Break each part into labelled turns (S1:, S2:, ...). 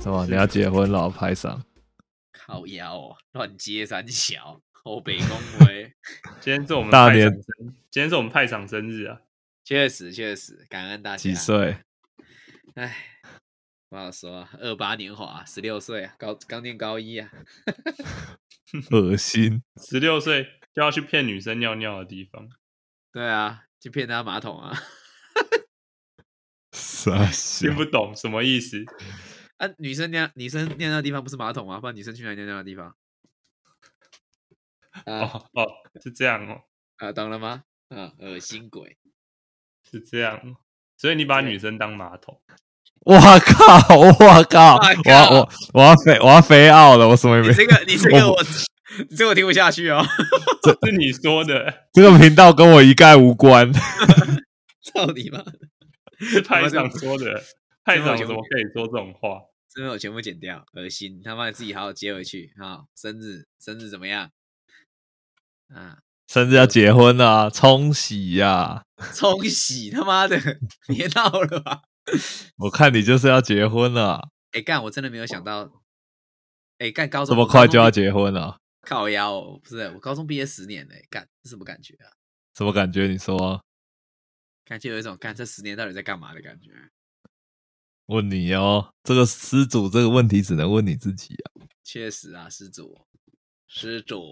S1: 什么？你要结婚了，拍上。
S2: 靠
S1: 嗯
S2: 腰哦，乱接三小，后北 恭维，
S3: 今天是我们
S1: 大
S3: 派
S1: 年
S3: 长生，今天是我们派长生日啊！
S2: 确实确实，感恩大家。
S1: 几？岁？
S2: 哎，不好说啊，二八年华，十六岁啊，高刚念高一啊，
S1: 恶心！
S3: 十六岁就要去骗女生尿尿的地方，
S2: 对啊，去骗他马桶啊，
S1: 傻
S3: 听
S1: 笑。
S3: 不懂什么意思。
S2: 啊，女生尿女生尿尿的地方不是马桶吗？不然女生去哪里尿尿的 地方？啊
S3: 哦哦，是这样哦，
S2: 啊，懂了吗？啊，恶心鬼。
S3: 是这样哦。所以你把
S2: 对
S3: 女生当马 桶，
S1: 我靠！我靠！我要我我要飞我要飞奥了！我什么也
S2: 你
S1: 没。
S2: 这个，你这个
S1: 我
S2: 我，你这个我听不下去哦，
S3: 是你说的，
S1: 这个频道跟我一概无 关。
S2: 操你妈！
S3: 是派长说 的。派长
S2: 这么久
S3: 怎么可以说这种话？
S2: 这边我全部剪掉，恶心！他妈你自己好好接回去啊！生日，生日怎么样？啊，
S1: 甚至要结婚了、啊，冲啊喜呀、
S2: 冲洗他妈的， 别闹了吧！
S1: 我看你就是要结婚啊了、
S2: 哎、干，我真的没有想到，哎、干高
S1: 这
S2: 中
S1: 么快就要
S2: 我高中
S1: 结婚啊了、
S2: 毕靠腰、哦，不是我高中毕业十年嘞、干这什么感觉啊？
S1: 什么感觉？你说？
S2: 感觉有一种干这十年到底在干嘛的感觉。
S1: 问你哦，这个失主这个问题只能问你自己啊。
S2: 确实啊，施主，施主，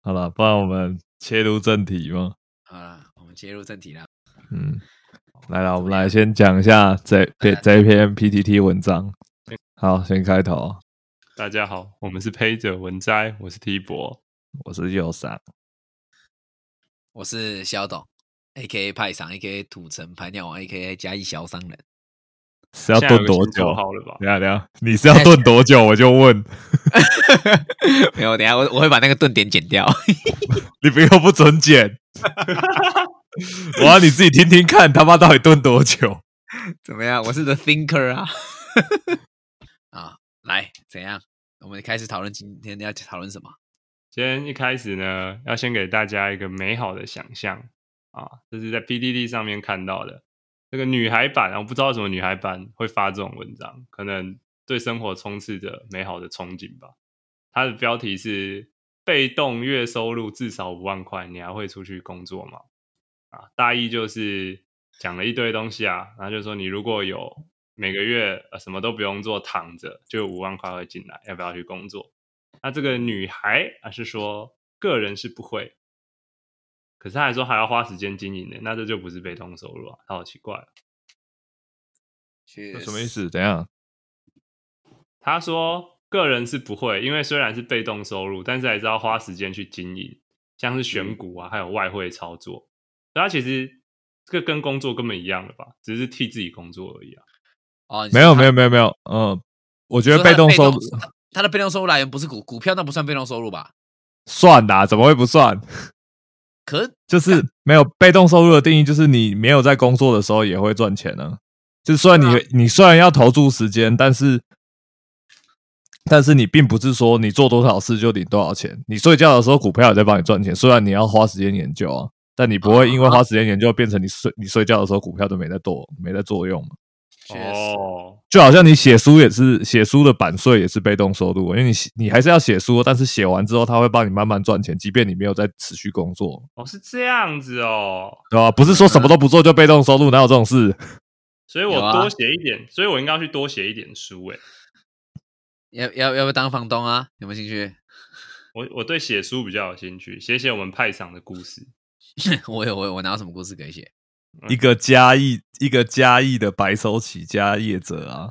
S1: 好了，不然我们切入正题嘛。
S2: 好了，我们切入正题啦。
S1: 嗯，来了，我们来先讲一下这这这篇 PTT 文章。好，先开头，
S3: 大家好，我们是胚者文摘，我是 T 博。
S1: 我是右上。
S2: 我是肖董，A K A 派赏，A K A 土城排鸟王，A K A 嘉义小商人。
S1: 是要
S3: 现在有
S1: 炖
S3: 个
S1: 多
S3: 新
S1: 久
S3: 绰？号了吧？
S1: 等一下等一下，你是要炖多久？我就问
S2: 没有，等一下我我会把那个顿点剪掉。
S1: 你，不要不准剪。我要你自己听听看，他妈到底炖多久？
S2: 怎么样？我是 The Thinker 啊！ 啊，来，怎样？我们开始讨论今天要讨论什么？
S3: 今天一开始呢，要先给大家一个美好的想象啊，这是在 PDD 上面看到的这个女孩版啊，我不知道为什么女孩版会发这种文章，可能对生活充斥着美好的憧憬吧。它的标题是“被动月收入至少五万块，你还会出去工作吗？”啊，大意就是讲了一堆东西啊，然后就说你如果有每个月、呃、什么都不用做，躺着就有五万块会进来，要不要去工作？那这个女孩啊是说个人是不会，可是她还说还要花时间经营的，那这就不是被动收入啊，她好奇怪、啊。
S2: 去
S1: 这什么意？思？等一下，
S3: 她说个人是不会，因为虽然是被动收入，但是还是要花时间去经营，像是
S2: 嗯
S3: 选股啊，还有外汇操作。所以她其实这个跟工作根本一样的吧，只是替自己工作而已啊。
S2: 哦，
S1: 没有没有
S2: 有，
S1: 没有没有，嗯，我觉
S2: 你
S1: 得
S2: 说他
S1: 被
S2: 的
S1: 动收入
S2: 他他的被动收入来源不是股股票，那不算被动收入吧？
S1: 算啦，怎么会不算？
S2: 可是
S1: 就是没有被动收入的定义，就是你没有在工作的时候也会赚钱呢、就虽然你、
S2: 对
S1: 你虽然要投注时间，但是但是你并不是说你做多少事就领多少钱。你睡觉的时候股票也在帮你赚钱，虽然你要花时间研究啊，但你不会因为花时间研究变成你睡你睡觉的时候股票都没在做没在作用嘛。
S2: 确实，
S3: 哦，
S1: 就好像你写书也是写书的版税也是被动收入，因为你写你还是要写书，但是写完之后他会帮你慢慢赚钱，即便你没有在持续工作，
S3: 哦是这样子哦，
S1: 对吧？不是说什么都不做就被动收入，哪有这种事？
S3: 所以我
S2: 有啊
S3: 多写一点，所以我应该要去多写一点书欸诶、
S2: 要要要不要当房东啊？有没有兴趣？
S3: 我我对写书比较有兴趣，写写我们派上的故事。
S2: 我有我有，我哪有什么故事可以写
S1: 一个嘉义一个嘉义的白手起家业者啊，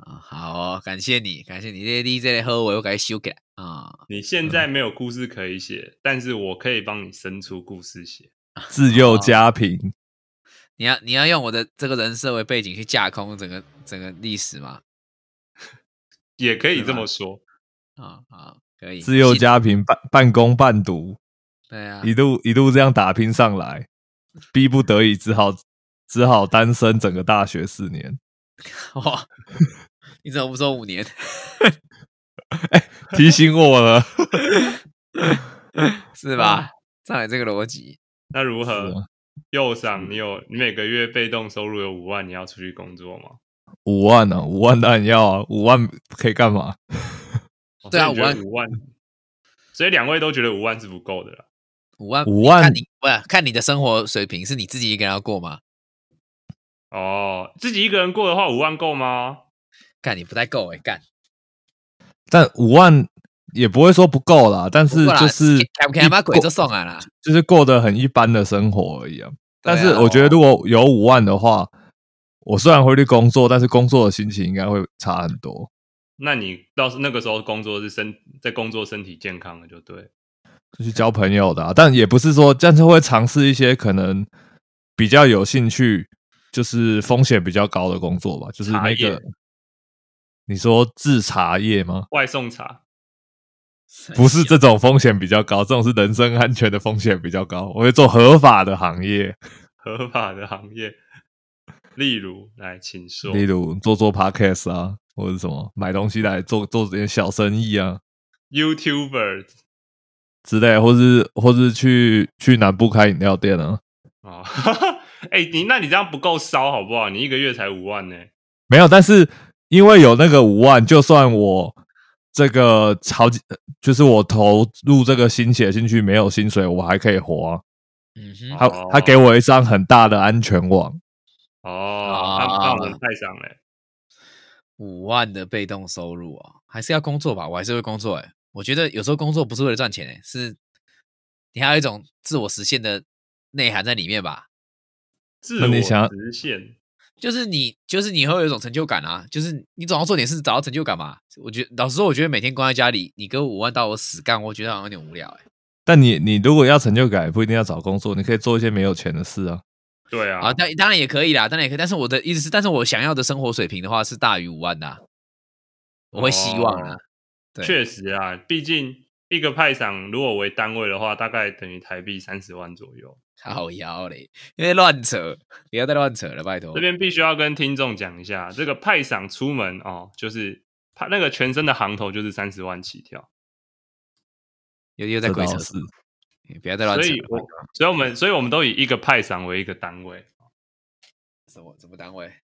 S2: 啊？好哦，感谢你，感谢你，这些这类喝我又该修改啊。
S3: 你现在没有故事可以写，但是我可以帮你生出故事写。
S1: 自幼家贫，
S2: 你要你要用我的这个人设为背景去架空整个整个历史嘛？
S3: 也可以
S2: 是
S3: 这
S2: 吗
S3: 么说，
S2: 啊啊，可以
S1: 自幼
S2: 信
S1: 家贫，半半工半读，
S2: 对啊，
S1: 一路一路这样打拼上来，逼不得已只好只好单身整个大学四年。
S2: 哇，你怎么不说五年？
S1: 提醒我了，
S2: 是吧？照你这个逻辑，
S3: 那如
S1: 是
S3: 何
S1: 啊？
S3: 右上，你有你每个月被动收入有五万，你要出去工作吗？
S1: 五万呢、啊？五万当然要啊，五万可以干嘛？
S3: 哦
S2: 对啊
S3: 所以你觉得
S2: 5
S3: 五万，所以两位都觉得五万是不够的啦。
S2: 五万，
S1: 五万
S2: 看你不是看你的生活水平，是你自己一个人要过吗？
S3: 哦，自己一个人过的话，五万够吗？
S2: 干你不太够哎、干
S1: 但五万也不会说不够啦，但是
S2: 不过啦
S1: 就是
S2: 开不开妈鬼
S1: 过
S2: 就送啊啦，
S1: 就是过得很一般的生活而已啊。
S2: 对啊
S1: 但是我觉得如果有五万的话，我虽然会去工作，但是工作的心情应该会差很多。
S3: 那你到时那个时候工作是身在工作身体健康了就对。
S1: 就去交朋友的、啊，但也不是说，但是会尝试一些可能比较有兴趣，就是风险比较高的工作吧，就是那
S3: 茶叶
S1: 个你说制茶业吗？
S3: 外送茶，
S1: 不是这种风险比较高，这种是人身安全的风险比较高。我会做合法的行业，
S3: 合法的行业， 例如来，请说。
S1: 例如做做 podcast 啊，或者什么买东西来做做点小生意啊
S3: YouTuber
S1: 之类，或是或是去去南部开饮料店啊。
S3: 哦，哎、你那你这样不够烧好不好？你一个月才五万呢、
S1: 没有，但是因为有那个五万，就算我这个好几，就是我投入这个心血进去没有薪水，我还可以活、啊。
S2: 嗯哼，
S1: 他
S3: 哦
S1: 他给我一张很大的安全网，
S3: 哦，那那我们太伤了、
S2: 五万的被动收入哦，还是要工作吧，我还是会工作哎、我觉得有时候工作不是为了赚钱哎、是你还有一种自我实现的内涵在里面吧。
S3: 自
S1: 那
S3: 我
S1: 你想要
S3: 实现
S2: 就是你，就是你会有一种成就感啊，就是你总要做点事找到成就感嘛。我觉得老实说，我觉得每天关在家里，你给我五万到我死干，我觉得好像有点无聊哎、
S1: 但你你如果要成就感，也不一定要找工作，你可以做一些没有钱的事啊。
S3: 对
S2: 啊，
S3: 啊，
S2: 当当然也可以啦，当然也可以，但是我的意思是，但是我想要的生活水平的话是大于五万的啊、我会希望啊。
S3: 哦
S2: 对
S3: 确实啊，毕竟一个派赏如果为单位的话，大概等于台币三十万左右。
S2: 好妖嘞，因为乱扯，不要再乱扯了，拜托
S3: 这。边必须要跟听众讲一下，这个派赏出门哦，就是派那个全身的行头就是三十万起跳，
S2: 又又在
S1: 这
S2: 鬼
S1: 倒
S2: 扯
S1: 是
S2: 什么，你不要再乱扯
S3: 所以
S2: 了。
S3: 我所以我们所以我们都以一个派赏为一个单位，
S2: 什么什么单位？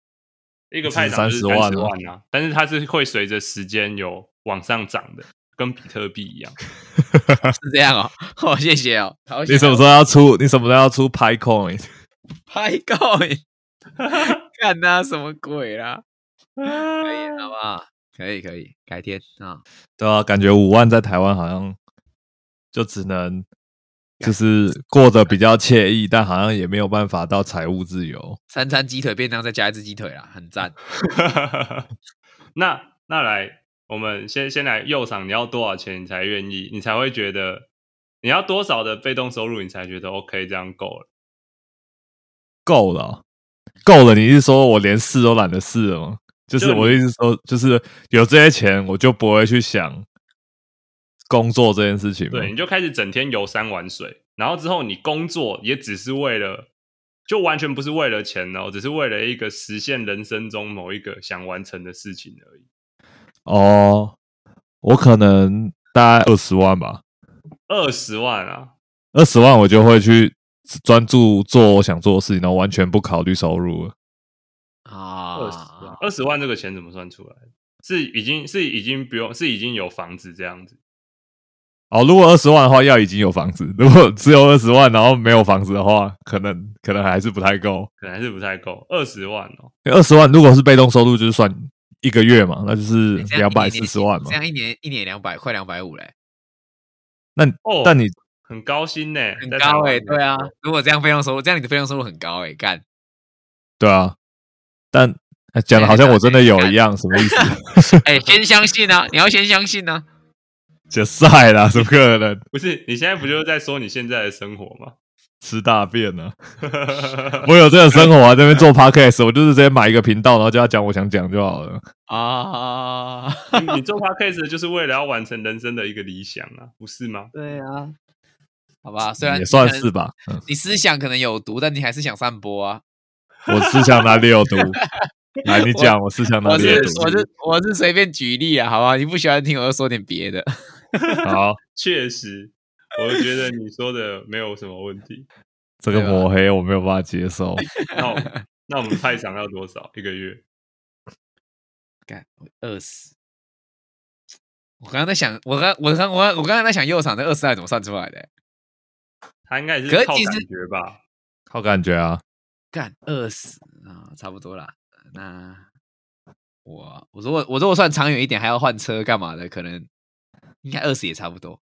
S3: 一个派涨就是
S1: 30万
S3: 十万啊，但是它是会随着时间有往上涨的，跟比特币一样。
S2: 是这样哦，好、谢谢哦。好
S1: 你什么时候
S2: 候
S1: 要出？你什么时候要出 PyCoin？
S2: 拍够？ 看他、什么鬼啦？可以，好不好？可以，可以，改天啊。
S1: 对啊，感觉五万在台湾好像就只能就是过得比较惬意，但好像也没有办法到财务自由。
S2: 三餐鸡腿便当再加一只鸡腿啦，很赞。
S3: 那那来，我们先先来右赏，你要多少钱你才愿意？你才会觉得你要多少的被动收入你才觉得 OK 这样够了？
S1: 够了哦，够了！你是说我连试都懒得试了吗？就是
S3: 就你
S1: 我的意思说，就是有这些钱，我就不会去想工作这件事情嘛。
S3: 对，你就开始整天游山玩水，然后之后你工作也只是为了。就完全不是为了钱哦，只是为了一个实现人生中某一个想完成的事情而已。
S1: 哦，我可能大概二十万吧，
S3: 二十万啊，
S1: 二十万我就会去专注做我想做的事情，然后完全不考虑收入了。
S3: 二十万
S2: 啊，，
S3: 二十万这个钱怎么算出来的？是已经是已经不用，是已经有房子这样子。
S1: 哦，如果二十万的话，要已经有房子；如果只有二十万，然后没有房子的话，可能可能还是不太够。
S3: 可能还是不太够，二十万哦，
S1: 二十万如果是被动收入，就是算一个月嘛，那就是
S2: 你这样
S1: 两百
S2: 一年
S1: 四十万嘛
S2: 这。样一年一年两百，快两百五嘞，
S1: 那你
S3: 哦
S1: 但你
S3: 很高薪呢、
S2: 很
S3: 在台
S2: 高
S3: 湾
S2: 哎、对啊，如果这样费用收入，这样你的费用收入很高哎、干
S1: 对啊，但哎讲的好像我真的有一样，什么意思？
S2: 哎、先相信啊，你要先相信啊。
S1: 就晒啦，怎么可能
S3: 不是？你现在不就是在说你现在的生活吗？
S1: 吃大便呢、 我有这个生活啊，这边做 podcast，我就是直接买一个频道，然后就要讲我想讲就好了。
S2: 啊，
S3: 你你做 podcast 就是为了要完成人生的一个理想啊，不是吗？
S2: 对啊，好吧，虽然
S1: 也
S2: 啊你
S1: 算
S2: 可能
S1: 是吧，嗯，
S2: 你思想可能有毒，但你还是想散播啊。
S1: 我思想哪里有 毒？来，你讲，我思想哪
S2: 我
S1: 里
S2: 是
S1: 有
S2: 我
S1: 毒？
S2: 是我是随便举例啊，好吧？你不喜欢听，我就说点别的。
S1: 好，
S3: 确实，我觉得你说的没有什么问题。
S1: 这个
S2: 对吧啊
S1: 抹黑我没有办法接受。
S3: 那我那我们派赏要多少一个月？
S2: 干，我饿死！我刚刚在想，我刚我刚我刚我刚刚在想右场的二十二怎么算出来的、欸
S3: 他应该也
S2: 可
S3: 是
S2: 是
S3: 靠
S2: 其
S3: 感
S2: 实
S3: 觉吧？
S1: 靠感觉啊。
S2: 干饿死啊，差不多啦。那我我如果我如果算长远一点，还要换车干嘛的，可能应该二十也差不多。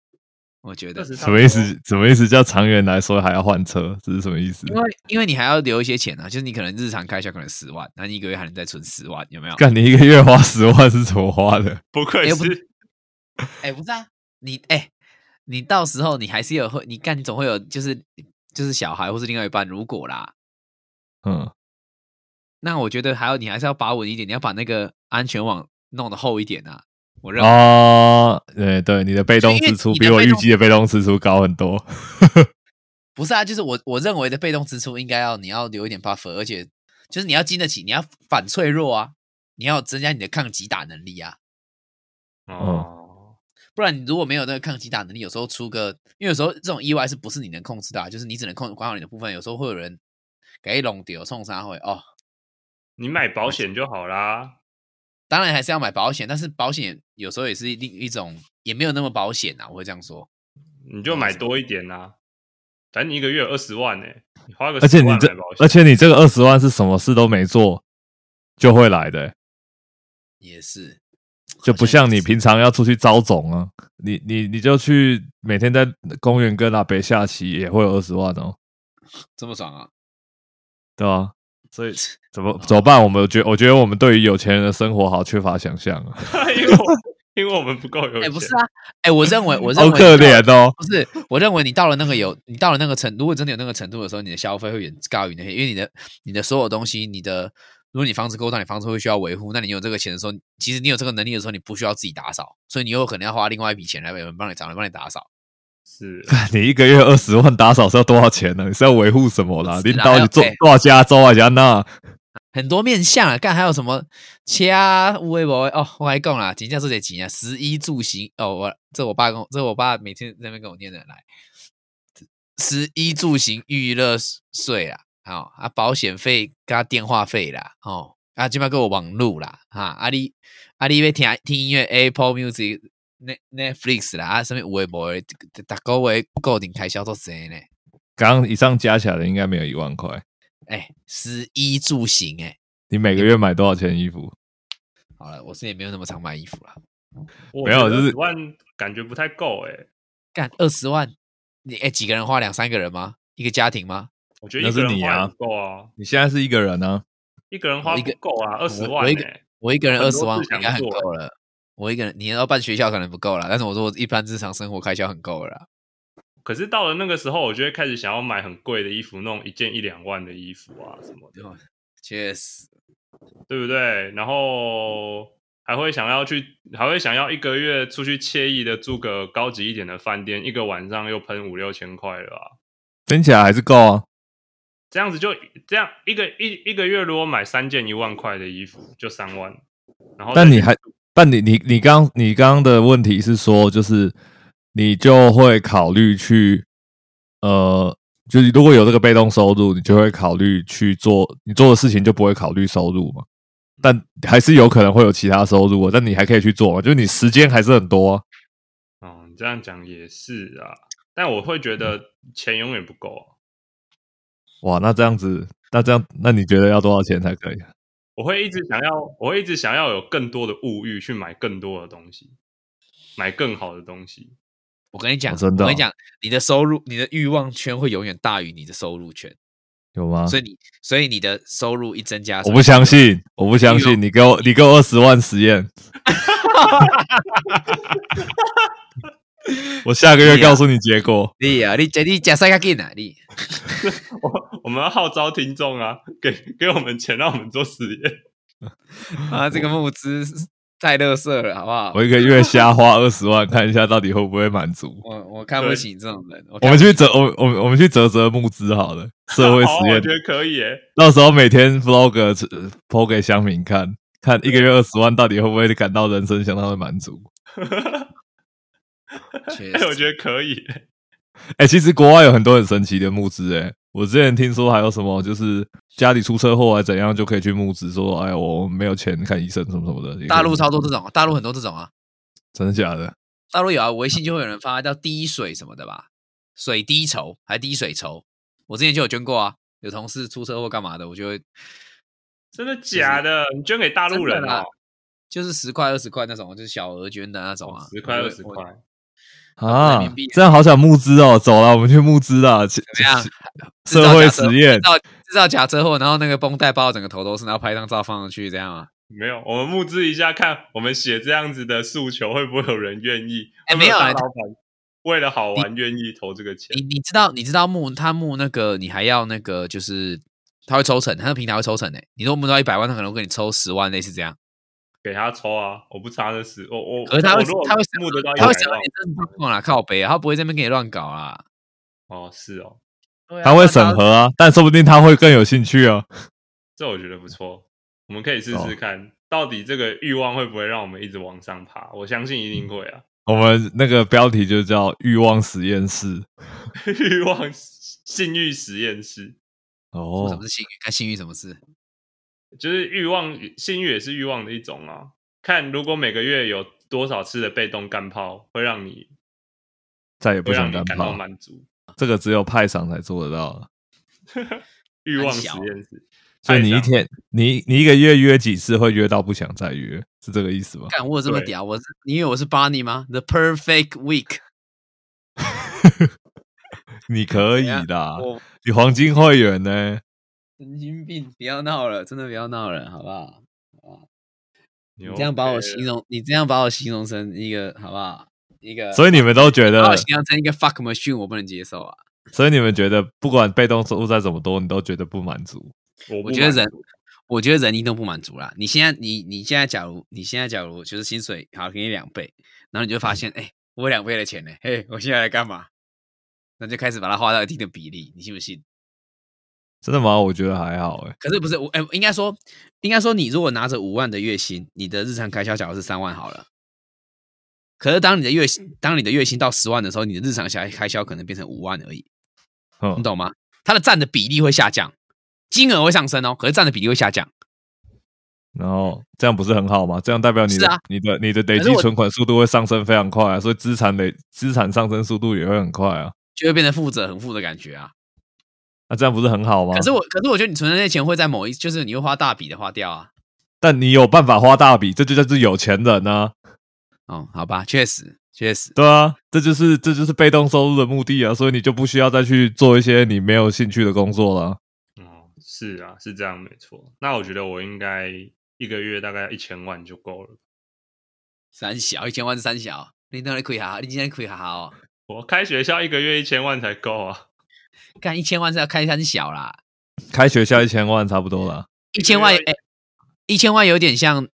S2: 我觉得，
S1: 什么意思？什么意思？叫长远来说还要换车，这是什么意思
S2: 因？为因为你还要留一些钱啊，就是你可能日常开销可能十万，那你一个月还能再存十万，有没有？
S1: 干你一个月花十万是怎么花的？
S3: 不愧
S2: 也不
S3: 是
S2: 哎、不是啊，你哎、你到时候你还是有会，你干你总会有就是就是小孩或是另外一半，如果啦，
S1: 嗯，
S2: 那我觉得还有你还是要把稳一点，你要把那个安全网弄得厚一点啊。我认为
S1: 哦，对对，你的被动支出
S2: 因为
S1: 比
S2: 你的
S1: 我
S2: 被
S1: 预
S2: 动
S1: 计的被动支出高很多。
S2: 不是啊，就是我我认为的被动支出应该要你要留一点 buffer，而且就是你要经得起，你要反脆弱啊，你要增加你的抗击打能力啊，
S3: 哦，
S2: 不然你如果没有那个抗击打能力，有时候出个，因为有时候这种意外是不是你能控制的、啊，就是你只能控管好你的部分，有时候会有人给弄丢冲杀会哦，
S3: 你买保险就好啦。
S2: 当然还是要买保险，但是保险有时候也是另一种也没有那么保险啊，我会这样说。
S3: 你就买多一点啦、反正你一个月有二十万呢、你花个
S1: 而且
S3: 10
S1: 你
S3: 万
S1: 这
S3: 买保险，
S1: 而且你这个二十万是什么事都没做就会来的、
S2: 也是，
S1: 就不像你
S2: 平。
S1: 平常要出去招总啊，你你你就去每天在公园跟阿北下棋也会有二十万哦，
S2: 这么爽啊！
S1: 对吧、所以怎么怎么办？我们觉我觉得我们对于有钱人的生活好缺乏想象啊，
S3: 因为我因为我们不够有钱，
S2: 哎、不是啊，哎、我认为，我认
S1: 好
S2: 为
S1: 可怜，哦。
S2: 不是，我认为你到了那个有，你到了那个程，如果真的有那个程度的时候，你的消费会远高于那些，因为你的你的所有东西，你的如果你房子够大，你房子会需要维护，那你有这个钱的时候，其实你有这个能力的时候，你不需要自己打扫，所以你有可能要花另外一笔钱来有人帮你找人帮你打扫。
S3: 是
S1: 你一个月二十万打扫是要多少钱呢？你是要维护什么啦？
S2: 不
S1: 你
S2: 是啦
S1: 到底做
S2: 哎
S1: 多少加州啊？加那
S2: 很多面向啊，干还有什么切啊、乌龟博哦，我还讲啦，金价这些钱啊，十一住行哦，我这我爸跟我这我爸每天在那边跟我念的来，十一住行娱乐税啦，哦啊保险费加电话费啦，哦啊今麦给我网路啦，哈啊你啊你要听听音乐 Apple Music、Net Netflix 啦啊什么乌龟博，大个月固定开销都是呢，
S1: 刚刚以上加起来的应该没有一万块。
S2: 哎十一住行哎、
S1: 你每个月买多少钱衣服？
S2: 好了，我是也没有那么常买衣服啦。
S1: 没有就是
S3: 十万感觉不太够哎、
S2: 干二十万，你哎、几个人花两三个人吗？一个家庭吗？
S3: 我觉得
S1: 那
S3: 一
S1: 是
S3: 个人
S1: 你
S3: 花
S1: 啊
S3: 也不够啊，
S1: 你现在是一个人啊呢、
S3: 一个人花
S2: 我一个
S3: 不够啊，二十万
S2: 我一
S3: 哎、
S2: 个我一个人
S3: 很
S2: 二十
S3: 多
S2: 万
S3: 事想
S2: 应该很
S3: 做
S2: 够了。我一个人，你要办学校可能不够了，但是我说我一般日常生活开销很够了啦。
S3: 可是到了那个时候，我就会开始想要买很贵的衣服，那种一件一两万的衣服啊什么的，
S2: 确实，
S3: 对不对？然后还会想要去，还会想要一个月出去惬意的住个高级一点的饭店，一个晚上又喷五六千块了啊！
S1: 听起来还是够啊。
S3: 这样子就这样一个一一个月，如果买三件一万块的衣服，就三万。然后再
S1: 但你还，但你你你刚你刚刚的问题是说，就是你就会考虑去，呃，就是如果有这个被动收入，你就会考虑去做你做的事情，就不会考虑收入嘛。但还是有可能会有其他收入啊，但你还可以去做嘛，就是你时间还是很多啊、
S3: 哦，你这样讲也是啊，但我会觉得钱永远不够、啊，
S1: 哇，那这样子，那这样，那你觉得要多少钱才可以？
S3: 我会一直想要，我会一直想要有更多的物欲去买更多的东西，买更好的东西。
S2: 我跟你讲，
S1: 哦真的
S2: 我跟
S1: 哦
S2: 你讲，你的收入，你的欲望圈会永远大于你的收入圈，
S1: 有吗？
S2: 所以你，所以你的收入一增加，
S1: 啊我不相，信，我不相信，你给我，你给我二十万实 验，我下个月告诉你结果。
S2: 你啊，你你假赛卡进啊，你
S3: 我我们要号召听众啊，给给我们钱，让我们做实验。
S2: 啊，这个募资太乐色了，好不好？
S1: 我一个月瞎花二十万，看一下到底会不会满足。
S2: 我我看不
S3: 对
S2: 起这种人，我
S1: 我
S2: 看
S1: 们
S2: 不
S1: 去折，我我们我们去折折募资好了，社 会
S3: 好啊
S1: 实
S3: 哦我
S1: 验
S3: 觉。得可以耶。
S1: 到时候每天 vlog 呃 po 给乡民看，看一个月二十万到底会不会感到人生相当的满足。
S2: 起确
S3: 哎、
S2: 实
S3: 我觉得可以耶。
S1: 哎、其实国外有很多很神奇的募资、欸，哎，我之前听说还有什么，就是家里出车祸还怎样就可以去募资，说哎我没有钱看医生什么什么的。
S2: 大陆超多这，种，大陆很多这种啊，
S1: 真的假的？
S2: 大陆有啊，微信就会有人发叫滴水什么的吧，水滴筹还滴水筹，我之前就有捐过啊，有同事出车祸干嘛的，我就会
S3: 真的假的？你捐给大陆人
S2: 真的
S3: 哦
S2: 啦，啊就是十块二十块那种，就是小额捐的那种啊，
S3: 十块
S2: 我
S3: 二
S2: 就
S3: 十
S2: 会
S3: 块，，
S2: 人
S1: 啊
S2: 民币，
S1: 这样好想募资哦，走了，我们去募资啦。怎
S2: 怎么样？制
S1: 社
S2: 造
S1: 会
S2: 假车
S1: 实验
S2: 制，造制造假车祸，然后那个绷带包整个头都是，然后拍张照放上去，这样啊？
S3: 没有，我们募资一下，看我们写这样子的诉求会不会有人愿意？会
S2: 哎
S3: 不会
S2: 没有
S3: 大
S2: 哎
S3: 老板为了好玩愿意投这个钱
S2: 你，你知道你知道募他募那个，你还要那个就是他会抽成，他的平台会抽成诶、欸你如果募到一百万，他可能会给你抽十万，类似这样。
S3: 给他抽啊！我不差那十，我我
S2: 可是他
S3: 我
S2: 会
S3: 如果
S2: 他会
S3: 募得到一百
S2: 他会想到
S3: 万
S2: 你真的状况啦，靠北啊，他不会在那边给你乱搞啊啦。
S3: 哦，是哦，
S1: 他会审核啊，但说不定他会更有兴趣啊。
S3: 这我觉得不错，我们可以试
S1: 哦
S3: 试看，到底这个欲望会不会让我们一直往上爬？我相信一定会啊！
S1: 我们那个标题就叫“欲望实验室
S3: 欲望性欲实验室”。
S2: 说什
S1: 哦
S2: 么，是幸运？看幸运什么事？
S3: 就是欲望，性欲也是欲望的一种啊。看如果每个月有多少次的被动干炮，会让你
S1: 再也
S3: 会
S1: 不
S3: 让
S1: 想
S3: 你
S1: 干
S3: 感到
S1: 炮。
S3: 满足。
S1: 这个只有派场才做得到了。
S3: 欲望
S2: 很
S3: 实
S2: 小
S3: 验室，
S1: 就
S3: 派
S1: 你一
S3: 上
S1: 天，你你一个月约几次，会约到不想再约，是这个意思吗？
S2: 干我有这么
S3: 对
S2: 屌？我是你以为我是 Barney 吗？The Perfect Week，
S1: 你可以
S2: 怎样
S3: 啊
S1: 啦，
S2: 我
S1: 你黄金会员呢？
S2: 神经病！不要闹了，真的不要闹了，好不好？你
S3: 牛
S2: 这样把我
S3: 掰了
S2: 形容，你这样把我形容成一个好不好？一个，
S1: 所以你们都觉
S2: 把我
S1: 得，
S2: 形容成一个 fuck machine，我不能接受啊！
S1: 所以你们觉得，不管被动收入再怎么多，你都觉得不满足。
S3: 呃我不
S2: 我觉得
S3: 满
S2: 人
S3: 足，
S2: 我觉得人一定都不满足啦。你现在，你你现在，假如你现在假如就是薪水好给你两倍，然后你就
S3: 嗯
S2: 发现，哎、我有两倍的钱呢、嘿，我现在来干嘛？那就开始把它花到一定的比例，你信不信？
S1: 真的吗？我觉得还好、欸，
S2: 可是不是我，哎、应该说，应该说，你如果拿着五万的月薪，你的日常开销假如是三万好了，可是当你的月薪，当你的月薪到十万的时候，你的日常开开销可能变成五万而已。你
S1: 嗯，
S2: 懂吗？它的占的比例会下降，金额会上升哦，可是占的比例会下降。
S1: 然后这样不是很好吗？这样代表你
S2: 是
S1: 的、
S2: 啊
S1: 你的你的累
S2: 可是
S1: 积
S2: 我
S1: 存款速度会上升非常快啊，所以资产累资产上升速度也会很快啊。
S2: 就会变成负责很负的感觉啊。
S1: 那这样不是很好吗？
S2: 可是我，可是我觉得你存的那些钱会在某一，就是你会花大笔的花掉啊。
S1: 但你有办法花大笔，这就叫做有钱人啊。
S2: 哦，好吧，确实，确实，
S1: 对啊，这就是这就是被动收入的目的啊，所以你就不需要再去做一些你没有兴趣的工作了。
S3: 哦，是啊，是这样没错。那我觉得我应该一个月大概一千万就够了。
S2: 三小一千万是三小，你那里亏哈哈，你今天亏哈哈哦，
S3: 我开学校一个月一千万才够啊，
S2: 干一千万是要开三小啦，
S1: 开学校一千万差不多啦，
S2: 一千万，
S3: 一个月
S2: 哎、一千万有点像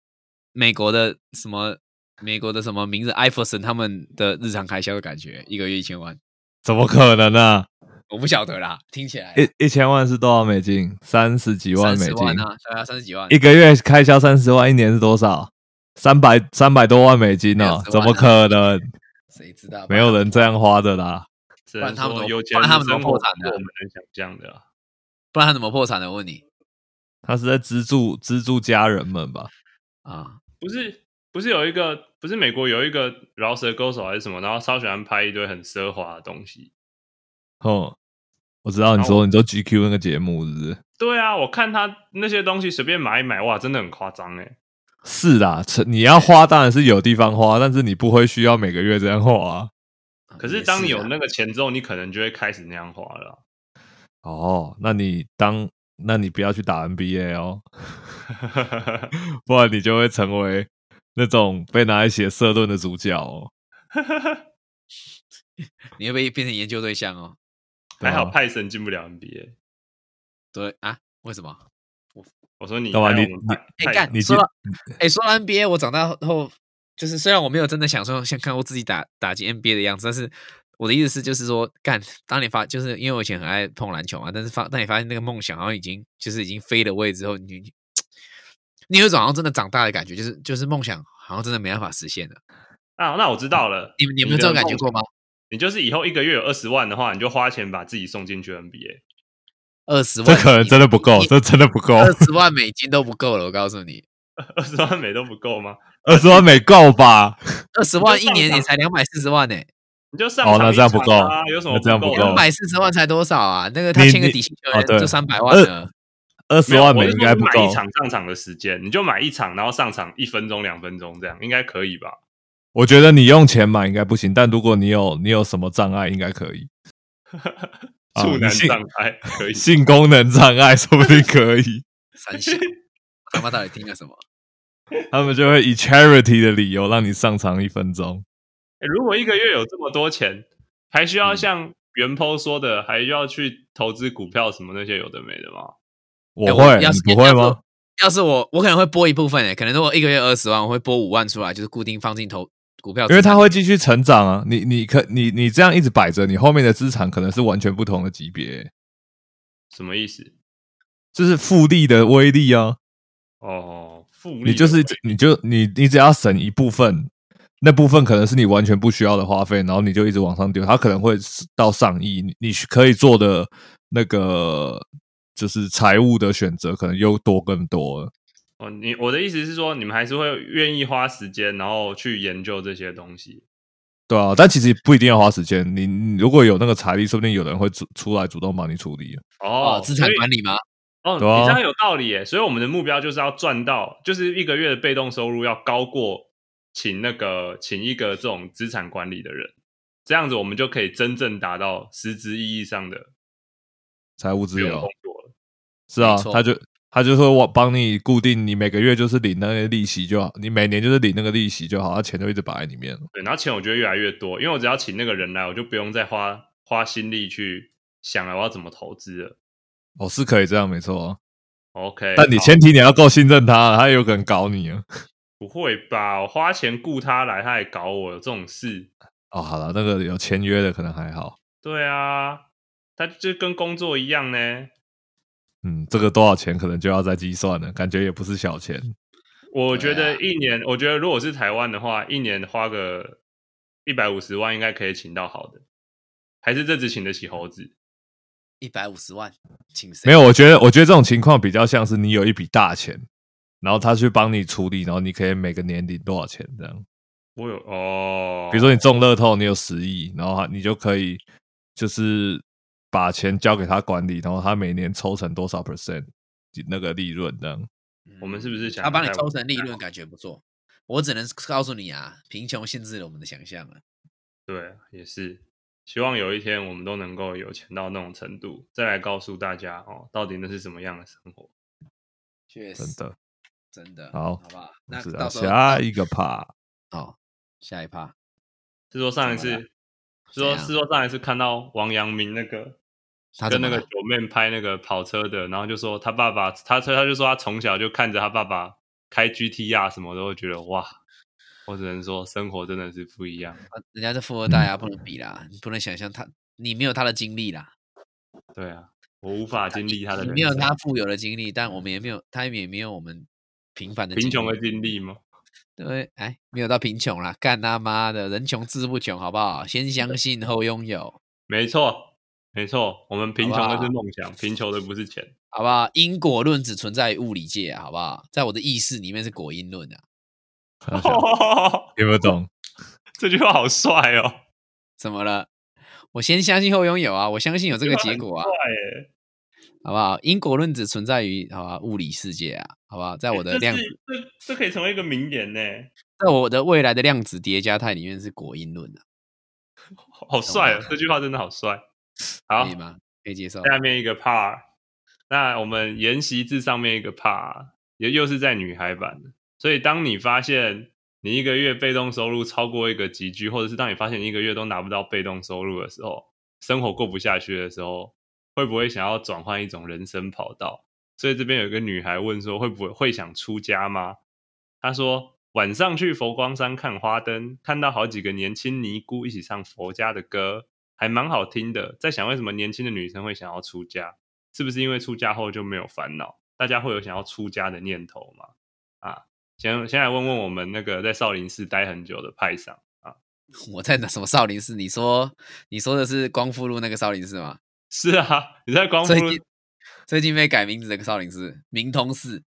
S2: 美国的什么。美国的什么名字艾弗森他们的日常开销的感觉，一个月一千万，
S1: 怎么可能啊？
S2: 我不晓得啦，听起来
S1: 一一千万是多少美金？三十几万
S2: 三
S1: 美
S2: 十
S1: 金，
S2: 万啊，对啊，三十几万，
S1: 一个月开销三十万，一年是多少？三百三百多万美金
S2: 没
S1: 哦，
S2: 有10万啊
S1: 怎么可能？
S2: 谁知道吧？
S1: 没有人这样花的啦。
S3: 只
S2: 不
S3: 能
S2: 然他们
S3: 说
S2: 怎么
S3: 有钱
S2: 不然他
S3: 人
S2: 们怎么
S3: 生活
S2: 破产
S3: 不
S2: 的
S3: 是我们能想象的啊、
S2: 不然他怎么破产的？我问你
S1: 他是在资助资助家人们吧？
S2: 啊，
S3: 不是不是有一个不是美国有一个饶舌歌手还是什么，然后超喜欢拍一堆很奢华的东西。
S1: 哼，哦我知道你
S3: 然后
S1: 说你说 GQ 那个节目是不是？
S3: 对啊，我看他那些东西随便买一买，哇，真的很夸张哎。
S1: 是啦，成你要花当然是有地方花，但是你不会需要每个月这样花啊。
S3: 可是当你有那
S2: 个
S3: 个钱之后，你可能就会开始那样花了啊。
S1: 哦，那你当那你不要去打 NBA 哦，
S3: 啊
S1: 不然你就会成为那种被拿来写社论的主角哦。
S2: 你会被变成研究对象哦。
S3: 还好
S1: 对啊
S3: 派神进不了 NBA。
S2: 对啊，为 什么？
S3: 我说你
S1: 干嘛
S3: 还好
S1: 你
S3: 我们派
S2: 哎、
S3: 派
S2: 干，
S1: 你
S2: 说
S1: 记
S2: 到哎、说到 NBA，我长大后就是虽然我没有真的享受像看过自己打打进 NBA 的样子，但是我的意思是就是说，干，当你发就是因为我以前很爱碰篮球嘛，但是发当你发现那个梦想好像已经就是已经飞了位之后，你你你有一种好像真的长大的感觉，就是就是梦想好像真的没办法实现了。
S3: 啊，那我知道了。
S2: 你们你们有这种感觉过吗？
S3: 你就是以后一个月有二十万的话，你就花钱把自己送进去 NBA。
S2: 二 十
S1: 这
S2: 万，
S1: 可能真的不够，这真的不够，
S2: 二十万美金都不够了。我告诉你，
S3: 二十万美都不够吗？
S1: 二十万没够吧？
S2: 二十万一年你才两百四十万呢、
S3: 你就上
S1: 哦那
S3: 场一
S1: 这样不
S3: 场
S1: 够
S3: 啊，有什么
S1: 那这样不
S3: 够
S1: 够
S3: 的
S2: 两百四十万才多少啊？那个他
S1: 你
S2: 签个
S1: 你
S2: 底薪球
S1: 哦对
S2: 员就三百万
S1: 二
S2: 了。
S1: 二十万
S3: 没
S1: 美
S3: 有我
S1: 应
S3: 是
S1: 该不
S3: 说你买
S1: 够
S3: 一，场上场的时间，你就买一场，然后上场一分钟、两分钟这样，应该可以吧？
S1: 我觉得你用钱买应该不行，但如果你有你有什么障碍，应该可以，啊
S3: 处
S1: 你
S3: 男
S1: 信
S3: 上台可以。
S1: 性功能障碍说不定可以，
S2: 三小，我他妈到底听了什么？
S1: 他们就会以 charity 的理由让你上场一分钟。
S3: 欸 如果一个月有这么多钱，还需要
S1: 嗯
S3: 像袁抛说的，还要去投资股票什么那些有的没的吗？
S1: 我
S2: 哎
S1: 会，
S2: 要
S1: 你
S2: 是
S1: 不会吗？？
S2: 要是我，我可能会拨一部分诶、欸可能如果一个月二十万，我会拨五万出来，就是固定放进投股票市场，
S1: 因为它会继续成长啊。你你可你你这样一直摆着，你后面的资产可能是完全不同的级别，欸
S3: 什么意思？
S1: 就是复利的威力啊。
S3: 哦，复利
S1: 你就是
S3: 的威
S1: 你就你你只要省一部分，那部分可能是你完全不需要的花费，然后你就一直往上丢，它可能会到上亿。你你可以做的那个就是财务的选择，可能又多更多了。
S3: 哦，你我的意思是说，你们还是会愿意花时间，然后去研究这些东西。
S1: 对啊，但其实不一定要花时间。你你如果有那个财力，说不定有人会主出来主动帮你处理。啊
S3: 哦
S2: 哦，，资产
S3: 所以
S2: 管理吗？
S3: 哦，
S1: 对啊
S3: 你这样有道理耶。所以我们的目标就是要赚到，就是一个月的被动收入要高过请那个请一个这种资产管理的人，这样子我们就可以真正达到实质意义上的
S1: 财务
S3: 不
S1: 自
S3: 用
S1: 由
S3: 工作了。
S1: 是啊
S2: 没，错
S1: 他就他就说我帮你固定，你每个月就是领那个利息就好，你每年就是领那个利息就好，他钱就一直摆在里面了。
S3: 对，然后钱我觉得越来越多，因为我只要请那个人来，我就不用再花花心力去想了我要怎么投资了。
S1: 哦，是可以这样没错啊、
S3: OK，
S1: 但你
S3: 好
S1: 前提你要够信任他，他有可能搞你啊。
S3: 不会吧？我花钱雇他来，他还搞我，有这种事？
S1: 哦，好了，那个有签约的可能还好。
S3: 对啊，他就跟工作一样呢。
S1: 嗯，这个多少钱可能就要再计算了，感觉也不是小钱。
S3: 我觉
S2: 对
S3: 得
S2: 啊
S3: 一年，我觉得如果是台湾的话，一年花个一百五十万应该可以请到好的，还是这只请得起猴子？
S2: 一百五十万，请谁？
S1: 没有，我觉得我觉得这种情况比较像是你有一笔大钱，然后他去帮你处理，然后你可以每个年领多少钱这样。
S3: 我有哦，
S1: 比如说你中乐透，你有十亿，然后他你就可以就是把钱交给他管理，然后他每年抽成多少 percent 那个利润这样。
S2: 嗯，
S3: 我们是不是想
S2: 他帮你
S3: 太
S2: 抽成利
S3: 啊
S2: 润，感觉不错。我只能告诉你啊，贫穷限制了我们的想象啊了。
S3: 对，也是。希望有一天我们都能够有钱到那种程度，再来告诉大家哦，到底那是什么样的生活。
S2: 确实
S1: 真，的，
S2: 真的，
S1: 好
S2: 好吧，那
S1: 是
S2: 到
S1: 啊，
S2: 时候
S1: 下一个趴。
S2: 好，下一趴，
S3: 是说上一
S2: 怎么了
S3: 次，是说
S2: 怎样
S3: 是说上一次看到王阳明那个
S2: 他
S3: 跟那
S2: 怎么
S3: 个
S2: 了
S3: 九？妹拍那个跑车的，然后就说他爸爸，他他他就说他从小就看着他爸爸开 GTR 什么的，我觉得哇，我只能说生活真的是不一样。
S2: 他人家是富二代
S3: 嗯
S2: 啊，不能比啦，你不能想象他，你没有他的经历啦，
S3: 对啊，我无法经历他的
S2: 你
S3: 人
S2: 没有
S3: 生
S2: 他富有的经历，但我们也没有，他也没有我们平凡的
S3: 贫穷的
S2: 经历，
S3: 经历吗？
S2: 对，哎，没有到贫穷啦，干他妈的，人穷志不穷，好不好？先相信后拥有，
S3: 没错，没错，我们贫穷的
S2: 好不
S3: 是
S2: 好
S3: 梦想，贫穷的不是 钱。
S2: 好不好？因果论只存在于物理界啊，好不好？在我的意识里面是果因论啊，
S1: 大家有没有懂？
S3: 这句话好帅哦，
S2: 怎么了？我先相信后拥有啊，我相信有这个
S3: 句话
S2: 结果啊
S3: 很，帅耶！
S2: 好不好？因果论只存在于好吧物理世界啊，好不好？在我的
S3: 这
S2: 量子，
S3: 是这这可以成为一个名言呢，
S2: 在我的未来的量子叠加态里面是果因论啊，
S3: 好帅哦
S2: 懂！了
S3: 这句话真的好帅。好
S2: 可以，吗？可以接受。
S3: 下面一个 part，那我们研习字上面一个 part，也又是在女孩版的。所以当你发现你一个月被动收入超过一个集聚，或者是当你发现你一个月都拿不到被动收入的时候，生活过不下去的时候，会不会想要转换一种人生跑道？所以这边有一个女孩问说，会不会会想出家吗？她说晚上去佛光山看花灯，看到好几个年轻尼姑一起唱佛家的歌，还蛮好听的。在想为什么年轻的女生会想要出家？是不是因为出家后就没有烦恼？大家会有想要出家的念头吗？啊，先先来问问我们那个在少林寺待很久的派上 啊，
S2: 我在哪什么少林寺？你说你说的是光复路那个少林寺吗？
S3: 是啊，你在光复
S2: 最近最近被改名字的少林寺明通寺，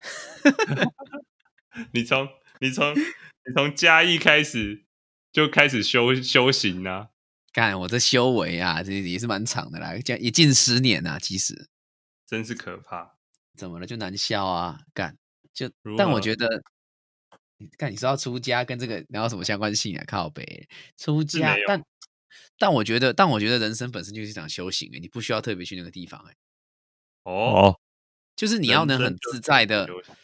S3: 你从你从你从嘉义开始就开始修修行啊，
S2: 干我这修为啊，这也是蛮长的啦，这样也近十年啊，其实
S3: 真是可怕。
S2: 怎么了就难消啊，干就
S3: 如
S2: 但我
S3: 何
S2: 觉得。看，你说要出家跟这个然后什么相关性啊？靠北，出
S3: 是
S2: 家
S3: 没有，
S2: 但但我觉得，但我觉得人生本身就是一场修行、欸，你不需要特别去那个地方、欸，
S3: 哦，
S1: 哦，
S2: 就是你要
S3: 人
S2: 能
S3: 生
S2: 很
S3: 就
S2: 自
S3: 是
S2: 在
S3: 一场
S2: 的
S3: 修行，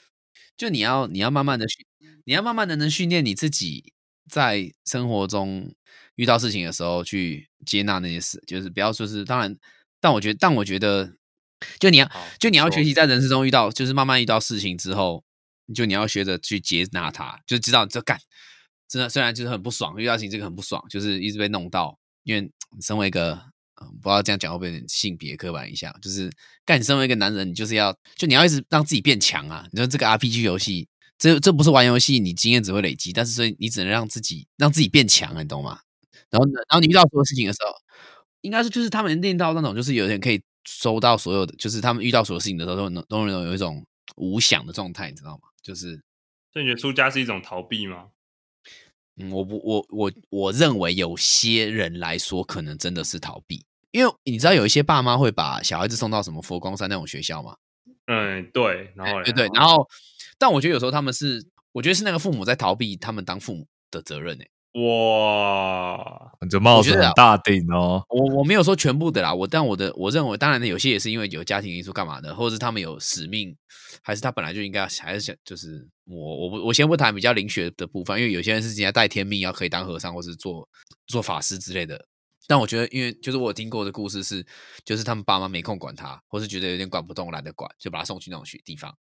S2: 就你要你要慢慢的训，你要慢慢的能训练你自己，在生活中遇到事情的时候去接纳那些事，就是不要说是当然，但我觉得但我觉得，就你要
S3: 好
S2: 就你要
S3: 没错
S2: 学习在人生中遇到，就是慢慢遇到事情之后，就你要学着去接纳它，就知道这干真的虽然就是很不爽，遇到事情这个很不爽，就是一直被弄到，因为身为一个。嗯，不知道这样讲会不会有点性别刻板印象？就是，干你身为一个男人，你就是要，就你要一直让自己变强啊！你说这个 RPG 游戏，这这不是玩游戏，你经验只会累积，但是所以你只能让自己让自己变强啊，你懂吗？然后呢，然后你遇到所有事情的时候，应该是就是他们练到那种，就是有点可以收到所有的，就是他们遇到所有事情的时候，都能都能有一种无想的状态，你知道吗？就是，
S3: 所以你觉得出家是一种逃避吗？
S2: 嗯，我不，我我我认为有些人来说，可能真的是逃避，因为你知道有一些爸妈会把小孩子送到什么佛光山那种学校嘛，
S3: 嗯，对，然后
S2: 对
S3: 嘞
S2: 哎对，然后，但我觉得有时候他们是，我觉得是那个父母在逃避他们当父母的责任呢、欸
S3: 哇，
S1: 你这帽
S2: 我觉
S1: 子
S2: 得啊
S1: 很大顶哦，
S2: 我我没有说全部的啦，我但我的我认为，当然有些也是因为有家庭因素干嘛的，或者是他们有使命，还是他本来就应该还是想就是我我不我先不谈比较灵学的部分，因为有些人是人家带天命要可以当和尚或是做做法师之类的。但我觉得，因为就是我有听过的故事是，就是他们爸妈没空管他，或是觉得有点管不动，懒得管，就把他送去那种学地方。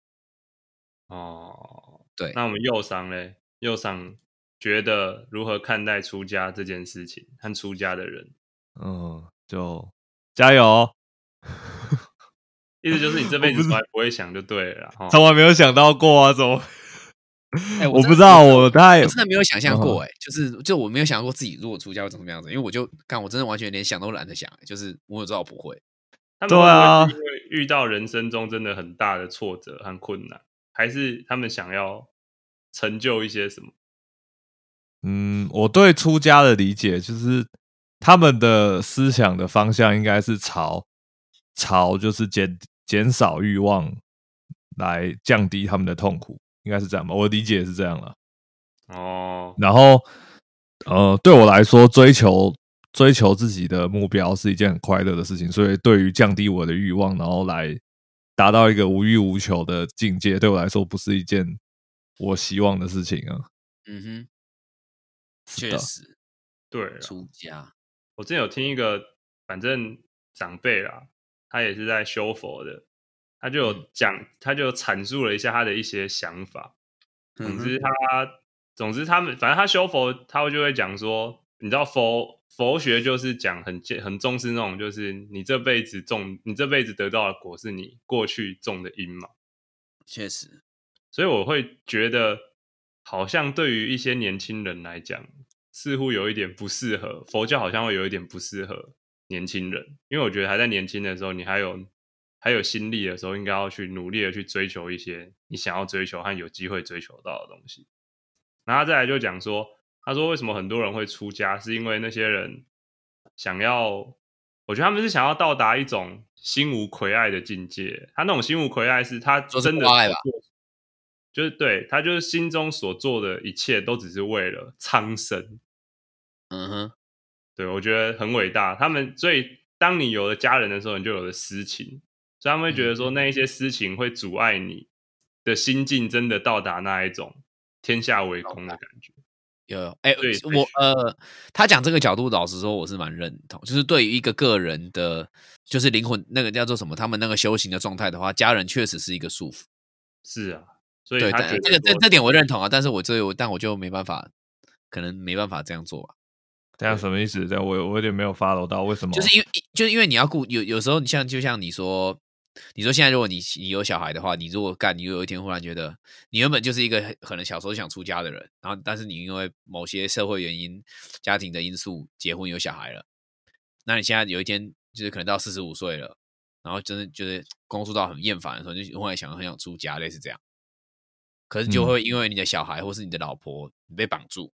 S3: 哦，
S2: 对
S3: 那我们右上嘞，右上觉得如何看待出家这件事情和出家的人？
S1: 嗯，就加油哦，
S3: 意思就是你这辈子从来不会想就对了啦，哈
S1: 从来没有想到过啊，怎么？
S2: 哎
S1: 我
S2: 真的
S1: 不知道，我太
S2: 我真的没有想象过
S1: 嗯
S2: 哎、就是就我没有想过自己如果出家会长什么样子，因为我就看我真的完全连想都懒得想，就是我有知道我不会。
S3: 他们
S1: 对啊
S3: 会不会是因为遇到人生中真的很大的挫折和困难，还是他们想要成就一些什么？
S1: 嗯，我对出家的理解就是，他们的思想的方向应该是朝朝就是减减少欲望，来降低他们的痛苦，应该是这样吧？我理解是这样了。
S3: 哦，
S1: 然后，呃，对我来说，追求追求自己的目标是一件很快乐的事情，所以对于降低我的欲望，然后来达到一个无欲无求的境界，对我来说不是一件我希望的事情啊。
S2: 嗯哼，
S1: 是
S2: 确
S1: 的
S2: 实
S3: 对啊啦
S2: 出家，
S3: 我之前有听一个，反正长辈啦，他也是在修佛的，他就
S2: 嗯
S3: 有讲，他就阐述了一下他的一些想法。总
S2: 嗯哼
S3: 之他，总之他们，反正他修佛，他就会讲说，你知道佛佛学就是讲很健很重视那种，就是你这辈子种，你这辈子得到的果是你过去种的因嘛。
S2: 确实，
S3: 所以我会觉得，好像对于一些年轻人来讲，似乎有一点不适合佛教，好像会有一点不适合年轻人，因为我觉得还在年轻的时候，你还有还有心力的时候，应该要去努力的去追求一些你想要追求和有机会追求到的东西。然后他再来就讲说，他说为什么很多人会出家，是因为那些人想要我觉得他们是想要到达一种心无愧爱的境界。他那种心无愧爱是他
S2: 说是
S3: 真的
S2: 挂碍吧
S3: 所做，就是对他就是心中所做的一切都只是为了苍生。
S2: 嗯哼，
S3: 对我觉得很伟大。他们所以当你有了家人的时候，你就有了私情，所以他们会觉
S2: 嗯
S3: 得说那一些私情会阻碍你的心境真的到达那一种天下为公的感觉。
S2: 有有，哎、
S3: 对对
S2: 我呃，他讲这个角度，老实说，我是蛮认同，就是对于一个个人的，就是灵魂那个叫做什么，他们那个修行的状态的话，家人确实是一个束缚。
S3: 是啊，所以
S2: 对，
S3: 他
S2: 但
S3: 觉得
S2: 这个这
S3: 说
S2: 这点我认同啊，但是我这我但我就没办法，可能没办法这样做啊。
S1: 这样什么意思？这样我我有点没有 follow 到，为什么？
S2: 就是因为就是因为你要顾有有时候你像就像你说，你说现在如果你你有小孩的话，你如果干，你有一天忽然觉得你原本就是一个很可能小时候就想出家的人，然后但是你因为某些社会原因、家庭的因素结婚有小孩了，那你现在有一天就是可能到四十五岁了，然后真的觉得工作到很厌烦的时候，就忽然想很想出家，类似这样。可是就
S1: 嗯
S2: 会因为你的小孩或是你的老婆，你被绑住，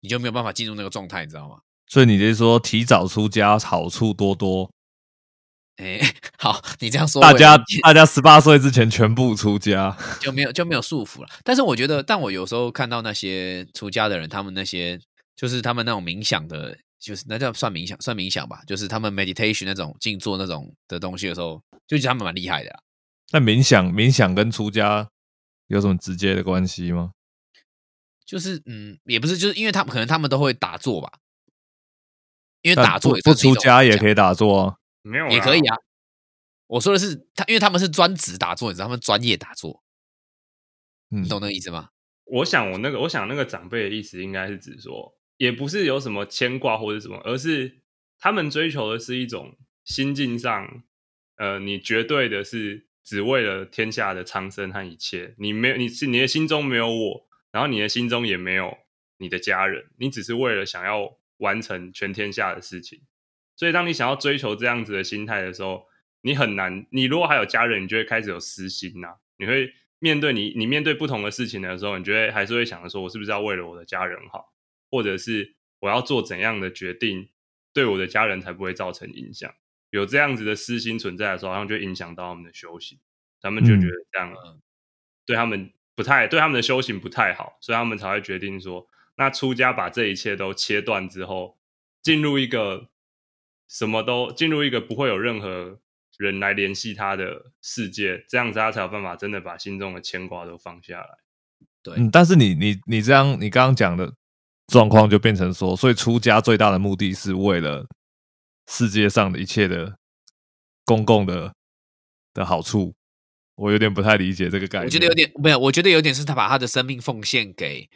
S2: 你就没有办法进入那个状态，你知道吗？
S1: 所以你就是说提早出家好处多多，
S2: 哎、 好，你这样说我
S1: 大
S2: 也，
S1: 家大家十八岁之前全部出家，
S2: 就没有就没有束缚了。但是我觉得，但我有时候看到那些出家的人，他们那些就是他们那种冥想的，就是那叫算冥想，算冥想吧，就是他们 meditation 那种静坐那种的东西的时候，就觉得他们蛮厉害的啦。
S1: 那冥想冥想跟出家有什么直接的关系吗？
S2: 就是嗯，也不是，就是因为他们可能他们都会打坐吧，因为
S1: 但
S2: 打坐
S1: 不
S2: 也
S1: 不
S2: 算是一
S1: 出
S2: 种
S1: 家
S2: 冥
S1: 也
S2: 想
S1: 可以打坐啊。
S3: 没有啦
S2: 也可以啊。我说的是他，因为他们是专职打坐，你知道他们专业打坐，
S1: 嗯
S2: 你，懂那个意思吗？
S3: 我想我那个，我想那个长辈的意思应该是指说，也不是有什么牵挂或者什么，而是他们追求的是一种心境上，呃，你绝对的是只为了天下的苍生和一切，你没有，你是你的心中没有我，然后你的心中也没有你的家人，你只是为了想要完成全天下的事情。所以，当你想要追求这样子的心态的时候，你很难。你如果还有家人，你就会开始有私心呐、你会面对你，你面对不同的事情的时候，你就会还是会想着说，我是不是要为了我的家人好，或者是我要做怎样的决定，对我的家人才不会造成影响。有这样子的私心存在的时候，他们就会影响到他们的修行，他们就觉得这样、对他们不太对他们的修行不太好，所以他们才会决定说，那出家把这一切都切断之后，进入一个什么都进入一个不会有任何人来联系他的世界，这样子他才有办法真的把心中的牵挂都放下来。
S2: 对，
S1: 嗯，但是你你你这样，你刚刚讲的状况就变成说，所以出家最大的目的是为了世界上的一切的公共的的好处，我有点不太理解这个概念。
S2: 我觉得有点没有，我觉得有点是他把他的生命奉献给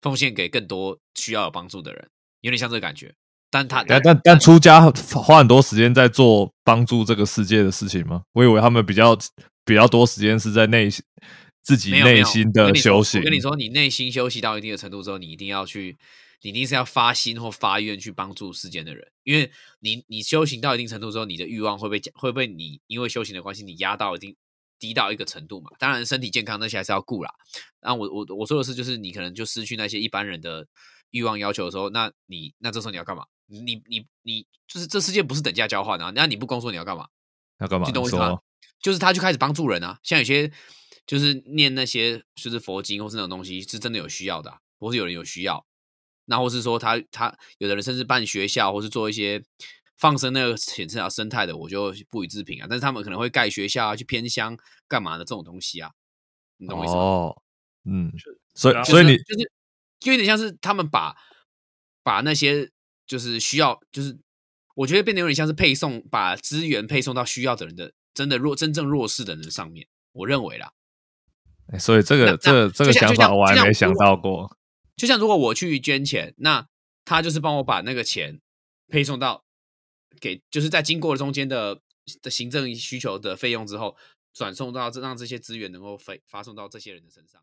S2: 奉献给更多需要有帮助的人，有点像这个感觉。但他
S1: 但，但但出家花很多时间在做帮助这个世界的事情吗？我以为他们比较比较多时间是在内心自己
S2: 没有没
S1: 内
S2: 有
S1: 心
S2: 我
S1: 的
S2: 跟你说
S1: 修行。
S2: 我跟你说，你内心休息到一定的程度之后，你一定要去，你一定是要发心或发愿去帮助世间的人，因为你你修行到一定程度之后，你的欲望会被会被你因为修行的关系，你压到一定低到一个程度嘛。当然，身体健康那些还是要顾啦。那我我我说的是，就是你可能就失去那些一般人的欲望要求的时候，那你那这时候你要干嘛？你你你就是这世界不是等价交换啊，那你不工作你要干嘛？
S1: 要干嘛？
S2: 你懂
S1: 你
S2: 我意思
S1: 说
S2: 吗？就是他就开始帮助人啊，像有些就是念那些就是佛经或是那种东西，是真的有需要的啊、或是有人有需要，那或是说他他有的人甚至办学校，或是做一些放生那个潜生啊生态的，我就不予置评啊。但是他们可能会盖学校啊，去偏乡干嘛的这种东西啊，你懂我意思吗？
S1: 哦，嗯，所以
S3: 然后
S1: 所以
S2: 就是
S1: 你
S2: 就是就有点像是他们把把那些就是需要，就是我觉得变得有点像是配送，把资源配送到需要的人的真的弱真正弱势的人上面。我认为啦，
S1: 哎所以这
S2: 那
S1: 个
S2: 那
S1: 这个这个
S2: 就
S1: 想
S2: 像就
S1: 法
S2: 像
S1: 我还
S2: 就像
S1: 没
S2: 我
S1: 想
S2: 如果
S1: 到过。
S2: 就像如果我去捐钱，那他就是帮我把那个钱配送到给，就是在经过中间的的行政需求的费用之后，转送到这让这些资源能够发发送到这些人的身上。